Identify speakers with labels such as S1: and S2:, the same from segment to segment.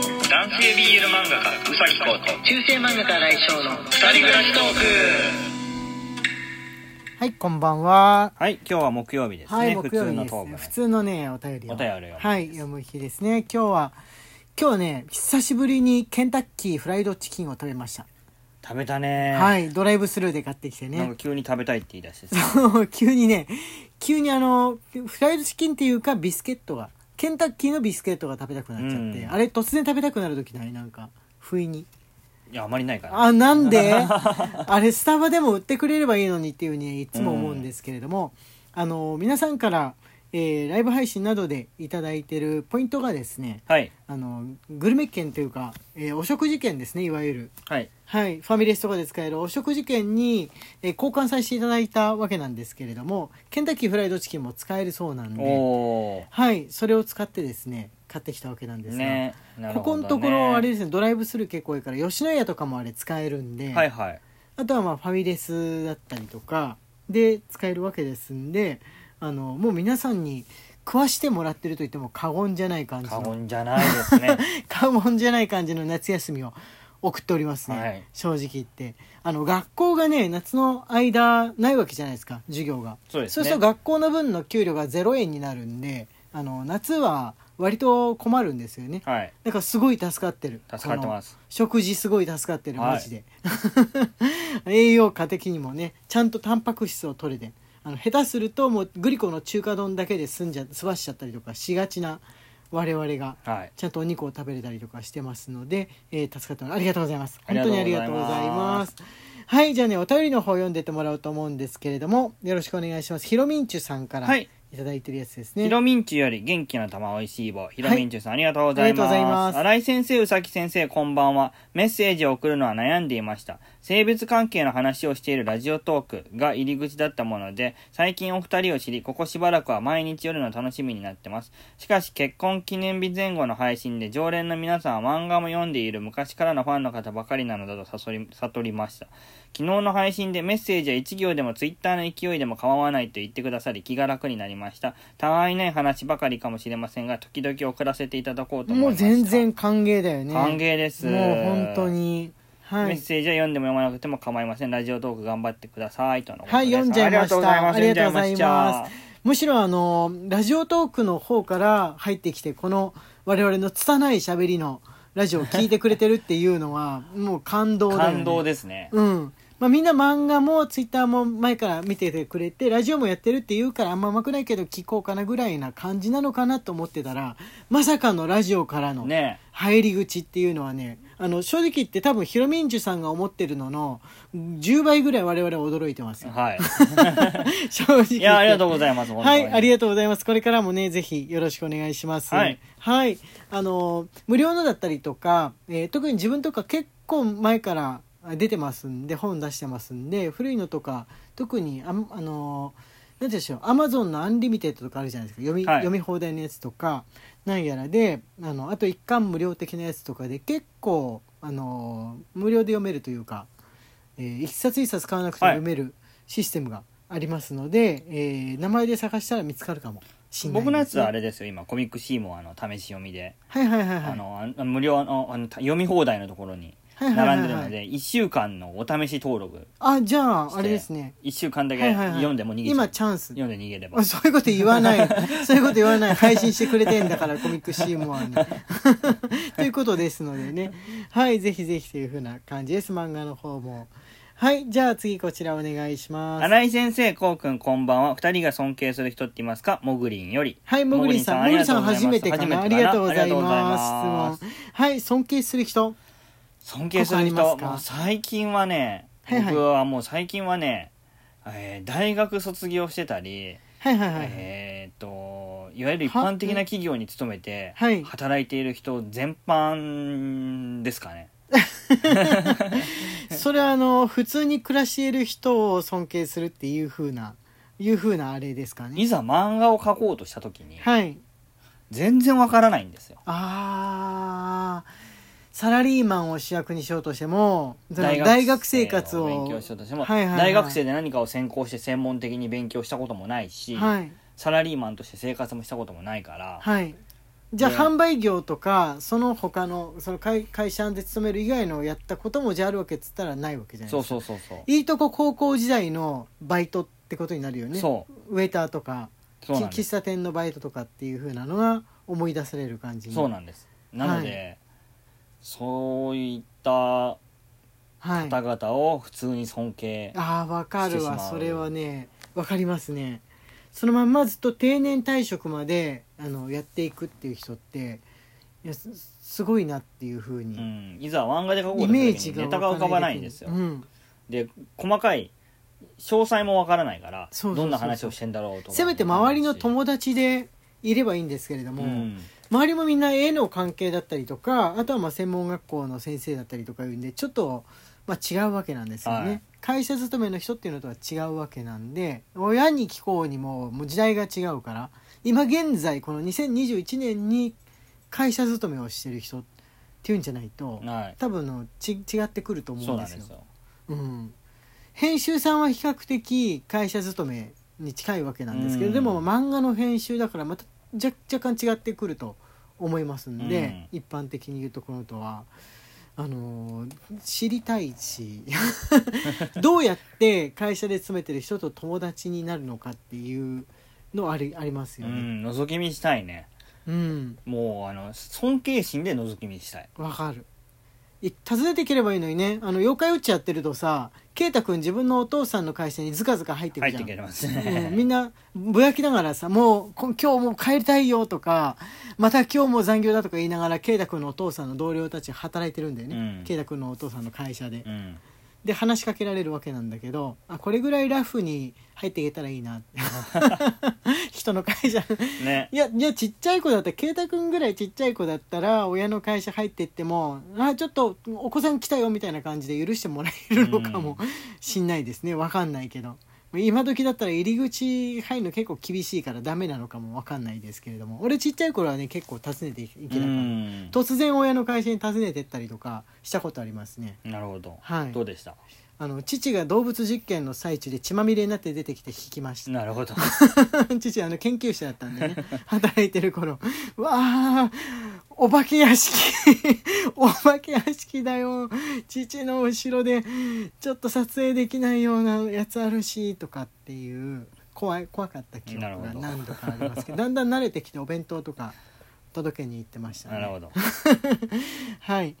S1: 系 BL 漫画家うさぎこと
S2: 中世漫画家来翔の
S1: 二人暮らしトーク
S2: はいこんばんは
S3: はい、今日は木曜日ですね。
S2: はい木曜日
S3: 普通の
S2: で
S3: トー
S2: す
S3: ク
S2: 普通のねお便りを
S3: お便りを読む日です
S2: はい読む日ですね今日は今日ね久しぶりにケンタッキーフライドチキンを食べました、
S3: 食べたね、
S2: はいドライブスルーで買ってきて
S3: なんか
S2: ね
S3: 急に食べたいって言い出して さ
S2: 急にね急にあのフライドチキンっていうかビスケットがケンタッキーのビスケットが食べたくなっちゃって、
S3: うん
S2: あれ突然食べたくなる時ないなんか不意に
S3: いや、あまりないから。
S2: あなんで あれスタバでも売ってくれればいいのにっていうふうにいつも思うんですけれども、あの皆さんから、えーライブ配信などでいただいてるポイントがですね
S3: はい。
S2: あのグルメ券というか、えーお食事券ですねいわゆる、
S3: はい。
S2: はい、ファミレスとかで使えるお食事券に、えー交換させていただいたわけなんですけれどもケンタッキーフライドチキンも使えるそうなん
S3: お
S2: で、
S3: お
S2: はい、それを使ってですね買ってきたわけなんで
S3: ー。
S2: すが、
S3: ねなる
S2: こ
S3: ほ
S2: こ
S3: ど、ね。
S2: のところあれですねドライブスルー結構多いから吉野家とかもあれ使えるんで、
S3: はいはい。
S2: あとはまあファミレスだったりとかで使えるわけですんであのもう皆さんに食わしてもらってると言っても過言じゃない感じ
S3: 過
S2: の
S3: 言じゃないで すね。
S2: 過言じゃない感じの夏休みを送っておりますね、
S3: はい
S2: 正直言ってあの学校がね夏の間ないわけじゃないですか授業が
S3: そうですね
S2: すると学校の分の給料が0円になるんであの夏は割と困るんですよね
S3: はい。
S2: なんかすごい助かってる
S3: 助かってます
S2: この食事すごい助かってる
S3: はい
S2: マジで、 栄養価的にもねちゃんとタンパク質を取れてあの下手するともうグリコの中華丼だけで済んじゃ済ましちゃったりとかしがちな我々が
S3: はい。
S2: ちゃんとお肉を食べれたりとかしてますので、えー助かってますありがとうございます
S3: あ
S2: 本
S3: りが
S2: 当
S3: とう
S2: にありがと
S3: ございます
S2: うございますはいじゃあねお便りの方読んでってもらおうと思うんですけれどもよろしくお願いしますひろみんちゅさんから
S3: はい
S2: いただいてるやつですね、
S3: ひろみんちゅより元気な玉おいしい棒。ひろみんちゅさん、ありがとうござい
S2: あ
S3: ま
S2: りがとうござい
S3: す。
S2: ます
S3: 新井先生、うさき先生、こんばんは。メッセージを送るのは悩んでいました。性別関係の話をしているラジオトークが入り口だったもので、最近お二人を知り、ここしばらくは毎日夜の楽しみになってます。しかし、結婚記念日前後の配信で、常連の皆さんは漫画も読んでいる昔からのファンの方ばかりなのだと悟り悟りました。昨日の配信でメッセージは1行でもツイッターの勢いでも構わないと言ってくださり気が楽になりました。たわいない話ばかりかもしれませんが、時々送らせていただこうと思い
S2: もう
S3: ました。
S2: 全然歓迎だよね
S3: 歓迎です。
S2: もう本当。に。は
S3: メッ
S2: い。
S3: セージは読んでも読まなくても構いません。ラジオトーク頑張ってください。とのことです
S2: はい、読んじゃいました。
S3: ありがとうございます。
S2: ありがとうございますむしろあの、ラジオトークの方から入ってきて、この我々の拙い喋りのラジオを聞いてくれてるっていうのは、 もう感動だよね。
S3: 感動ですね。
S2: うん。まあみんな漫画もツイッターも前から見ててくれて、ラジオもやってるって言うからあんま上手くないけど聞こうかなぐらいな感じなのかなと思ってたら、まさかのラジオからの。
S3: ね
S2: 入り口っていうのはねあの正直言って多分ヒロミンジュさんが思ってるのの10倍ぐらい我々は驚いてますよ
S3: はい。
S2: 正直言って
S3: いや、ありがとうございます。
S2: はいありが
S3: と
S2: とうございますこれからもねぜひよろしくお願いします
S3: はい、
S2: はいあの無料のだったりとか、えー特に自分とか結構前から出てますんで本出してますんで古いのとか特にあんあのなんて言うんでしょうアマゾンのアンリミテッドとかあるじゃないですか読み,、
S3: はい
S2: 読み放題のやつとかなんやらであのあと一巻無料的なやつとかで結構あの無料で読めるというか、えー一冊一冊買わなくても
S3: はい
S2: 読めるシステムがありますので、えー名前で探したら見つかるかもしれないですね、
S3: 僕のやつはあれですよ、今、コミックシーもあの試し読みで、
S2: はいはいはいはい
S3: あのあ無料のあの読み放題のところに
S2: はいはいはい
S3: 並んでる
S2: は
S3: の
S2: い
S3: で、1週間のお試し登録、
S2: あじゃ
S3: し
S2: あ
S3: て
S2: あれですね
S3: 1週間だ
S2: は
S3: け
S2: いはいはい
S3: 読んでも逃げちゃう
S2: 今チャンス
S3: 読んで逃げれば
S2: あ。そういうこと言わないそういうこと言わない配信してくれてんだからコミックシーモアに ということですのでねはいぜひぜひというふうな感じです漫画の方もはいじゃあ次こちらお願いします
S3: 新井先生、こうくん、こんばんは。二人が尊敬する人っていますかモグリンより。
S2: はい、もぐりんさん。もぐりんさん
S3: あり
S2: 初
S3: が
S2: め
S3: と
S2: て
S3: うご
S2: か
S3: ざい
S2: な。
S3: ます
S2: ありがとうござい
S3: ありがとうござい
S2: ます。質問。はい、尊敬する人。
S3: 尊敬する
S2: ここあ
S3: 人
S2: りますか
S3: もう最近はね、
S2: はいはい
S3: 僕はもう最近はね、えー大学卒業してたり、
S2: はいはいはい。
S3: えーっといわゆる一般的な企業に勤めて
S2: はい
S3: 働いている人全般ですかね、
S2: それはあの、普通に暮らしている人を尊敬するっていう風な、いう風なあれですか
S3: い、
S2: ね。
S3: ざ漫画を描こうとした時に
S2: はい。
S3: 全然わからないんですよ
S2: あーサラリーマンを主役にしようとしても、その
S3: 大
S2: 大
S3: 学
S2: 学生活を。
S3: 生勉強しようとしても、
S2: はいはいはい
S3: 大学生で何かを専攻して専門的に勉強したこともないし、
S2: はい。
S3: サラリーマンとして生活もしたこともないから、
S2: はい。じゃあ
S3: ね
S2: 販売業とかその他のその会会社で勤める以外のやったこともじゃああるわけっつったらないわけじゃない
S3: そ
S2: で
S3: う
S2: すか
S3: そうそうそう、
S2: いいとこ高校時代のバイトってことになるよね
S3: そう
S2: ウェイターとか
S3: そうなん
S2: き
S3: で
S2: 喫
S3: す
S2: 茶店のバイトとかっていう風なのが思い出される感じに
S3: そうなんですなので、
S2: は
S3: そういった
S2: はい、
S3: 方々を普通に尊敬、
S2: ああわかるわ
S3: してしまう
S2: それはねわかりますねそのまんまずっと定年退職まであのやっていくっていう人っていやすすごいなっていう風
S3: う
S2: に、
S3: ん、いざ漫画で書こ
S2: イ
S3: うとする
S2: メ
S3: 時
S2: ージ
S3: に
S2: が
S3: ネタが浮かばないんですよ、
S2: うん、
S3: で細かい詳細もわからないから
S2: そうそうそうそう
S3: どんな話をしてんだろうとか
S2: せめて周りの友達でいればいいんですけれども、
S3: うん
S2: 周りもみんな絵の関係だったりとかあとはまあ専門学校の先生だったりとかいうんでちょっとまあ違うわけなんですよね、
S3: はい
S2: 会社勤めの人っていうのとは違うわけなんで親に聞こうにももう時代が違うから今現在この2021年に会社勤めをしてる人っていうんじゃないと
S3: はい
S2: 多分のち違ってくると思
S3: そううんな
S2: で
S3: ん
S2: すよ
S3: です。よ
S2: うん、編集さんは比較的会社勤めに近いわけなんですけど、
S3: うん
S2: でも漫画の編集だからまた若若干違ってくると思いますんで、一般的に言うところとは。あのー知りたいし どうやって会社で勤めてる人と友達になるのかっていうのありあります
S3: う
S2: よね。
S3: ん覗き見したいね
S2: うん、
S3: もうあの尊敬心で覗き見したい
S2: わかるい訪ねてければいいのにねあの妖怪ウォッチやってるとさ圭太君自分のお父さんの会社にずかずか入ってく
S3: 入っ
S2: じゃ
S3: て
S2: ん
S3: くれますね、
S2: うんみんなぼやきながらさもうこ今日もう帰りたいよとかまた今日も残業だとか言いながら圭太君のお父さんの同僚たち働いてるんだよ
S3: う
S2: ね
S3: ん
S2: 圭太、君のお父さんの会社で、
S3: うん
S2: で話しかけられるわけなんだけどあこれぐらいラフに入っていけたらいいなって 人の会社
S3: ね
S2: いやいやちっちゃい子だったら圭太君ぐらいちっちゃい子だったら親の会社入ってってもあちょっとお子さん来たよみたいな感じで許してもらえるのかもしんないですねわかんないけど今時だったら入り口入るの結構厳しいからダメなのかもわかんないですけれども俺ちっちゃい頃はね結構訪ねていけたから、
S3: うん
S2: 突然親の会社に訪ねてったりとかしたことありますね
S3: なるほど、
S2: はい
S3: どうでした
S2: あの父が動物実験の最中で血まみれになって出てきて引きました
S3: なるほど
S2: 父あの研究者だったんでね 働いてる頃うわあお化け屋敷 お化け屋敷だよ父の後ろでちょっと撮影できないようなやつあるしとかっていう怖い怖かった記憶
S3: なる
S2: が
S3: ほど
S2: 何度かありますけどだんだん慣れてきてお弁当とか届けに行ってましたね
S3: なるほど
S2: はい。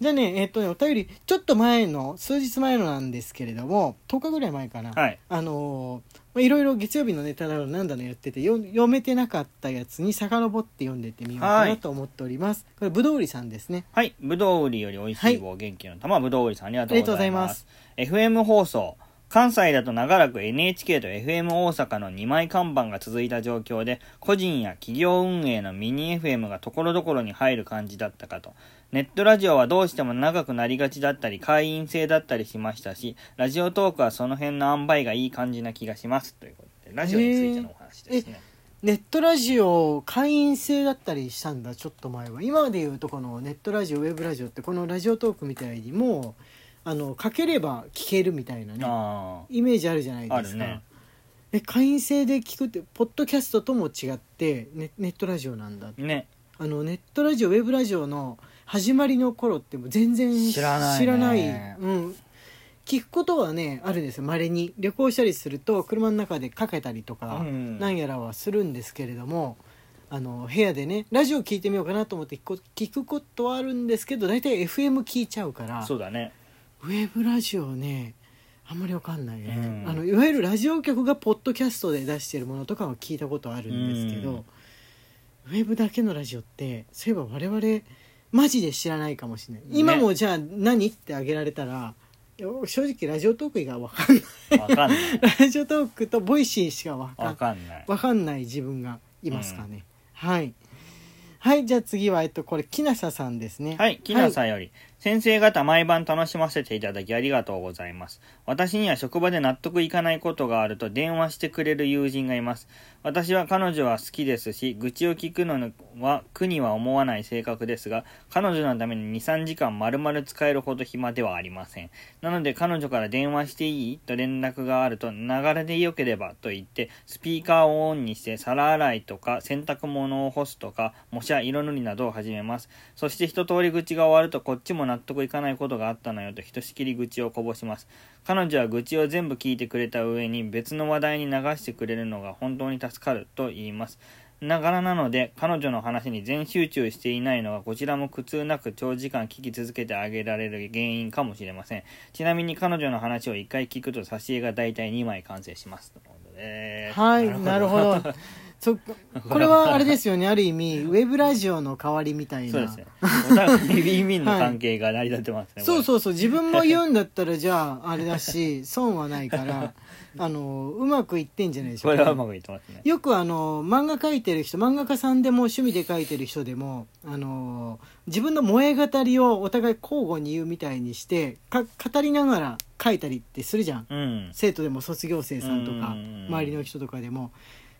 S2: じゃあね、えっとね、お便り、ちょっと前の、数日前のなんですけれども、10日ぐらい前かな。
S3: はい
S2: あのーまあいろいろ月曜日のネタだろうなんだのやっててよ読めてなかったやつに遡って読んでってみようか
S3: は
S2: ないと思っております。これぶどう売りさんですね。
S3: はい、ぶどう売りより美味しい棒、元気の玉、ぶどう売りさんありがとうございます。FM 放送、関西だと長らく NHK と FM 大阪の2枚看板が続いた状況で、個人や企業運営のミニ FM がところどころに入る感じだったかと。ネットラジオはどうしても長くなりがちだったり、会員制だったりしましたし、ラジオトークはその辺の塩梅がいい感じな気がします。ということで、ラジオについてのお話ですね。
S2: ネットラジオ会員制だったりしたんだちょっと前は今でいうとこのネットラジオウェブラジオってこのラジオトークみたいにもうあのかければ聞けるみたいなね
S3: あ
S2: イメージあるじゃないですか、
S3: あるね
S2: え会員制で聞くってポッドキャストとも違ってネネットラジオなんだ
S3: あ、ね、
S2: あのネットラジオウェブラジオの始まりの頃ってもう全然
S3: 知らない
S2: 知
S3: ね
S2: らないうん、聞くことはねあるんですよまれに旅行したりすると車の中でかけたりとか、
S3: うん
S2: なんやらはするんですけれどもあの部屋でねラジオ聞いてみようかなと思って聞くこと聞くことはあるんですけど大体 FM 聞いちゃうから
S3: そうだね。
S2: ウェブラジオねあんまりわかんないね、
S3: うん
S2: あのいわゆるラジオ局がポッドキャストで出してるものとかは聞いたことあるんですけど、
S3: うん
S2: ウェブだけのラジオってそういえば我々マジで知らないかもしれない今もじゃあ何ってあげられたらいや正直ラジオトーク以外は分かんない
S3: わかんない。
S2: ラジオトークとボイシーしか分かんな
S3: わ
S2: い
S3: かんない。
S2: わかんない自分がいますかね、はいはいじゃあ次はえっとこれきなささんですね
S3: はい、木のさより、先生方毎晩楽しませていただきありがとうございます。私には職場で納得いかないことがあると電話してくれる友人がいます。私は彼女は好きですし、愚痴を聞くのは苦には思わない性格ですが、彼女のために2、3時間丸々使えるほど暇ではありません。なので彼女から電話していいと連絡があると、流れで良ければと言って、スピーカーをオンにして皿洗いとか洗濯物を干すとか、模写色塗りなどを始めます。そして一通り愚痴が終わるとこっちも納得いかないことがあったのよとひとしきり愚痴をこぼします。彼女は愚痴を全部聞いてくれた上に別の話題に流してくれるのが本当に助かると言います。ながらなので彼女の話に全集中していないのがこちらも苦痛なく長時間聞き続けてあげられる原因かもしれません。ちなみに彼女の話を1回聞くと挿絵が大体2枚完成します。とのことです
S2: はいなるほど そこれはあれですよねある意味ウェブラジオの代わりみたいな
S3: そうですね。お互いビンビンの関係が成り立ってますね。
S2: そう
S3: う。
S2: そうそう自分も言うんだったらじゃああれだ し損はないからあのうまくいってんじゃないでし
S3: こ
S2: ょう
S3: れはう
S2: か
S3: まくいってますね。
S2: よくあの漫画描いてる人漫画家さんでも趣味で描いてる人でもあの自分の萌え語りをお互い交互に言うみたいにしてか語りながら描いたりってするじゃん
S3: うん。
S2: 生徒でも卒業生さんとか
S3: うん
S2: 周りの人とかでも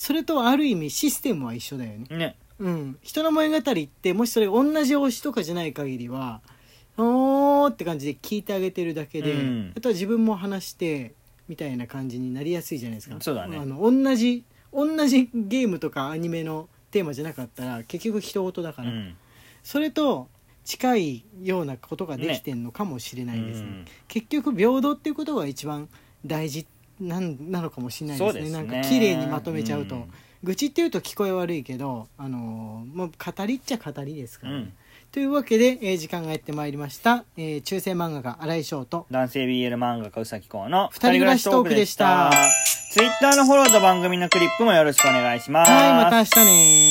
S2: それとある意味システムは一緒だよね
S3: ね。
S2: うん、人の物語ってもしそれ同じ推しとかじゃない限りは「おー」って感じで聞いてあげてるだけで、
S3: うん
S2: あとは自分も話してみたいな感じになりやすいじゃないですか
S3: そうだね
S2: あの同じ同じゲームとかアニメのテーマじゃなかったら結局人言だ
S3: う
S2: から、
S3: ん。
S2: それと近いようなことができてんのかもしれないですね
S3: うん
S2: 結局平等っていうことが一番大事なんなのかもしれないですねなんか綺麗にまとめちゃうと。
S3: ん
S2: 愚痴っていうと聞こえ悪いけど、あのーもう語りっちゃ語りですか
S3: う
S2: らね、
S3: ん。
S2: というわけで、えー時間がやってまいりました、えー中世漫画家荒井翔と
S3: 男性 BL 漫画家うさきこうの
S2: 二人暮らしトークでした
S3: 二人暮らしトークでした。Twitter のフォローと番組のクリップもよろしくお願いします。
S2: はいまた明日ね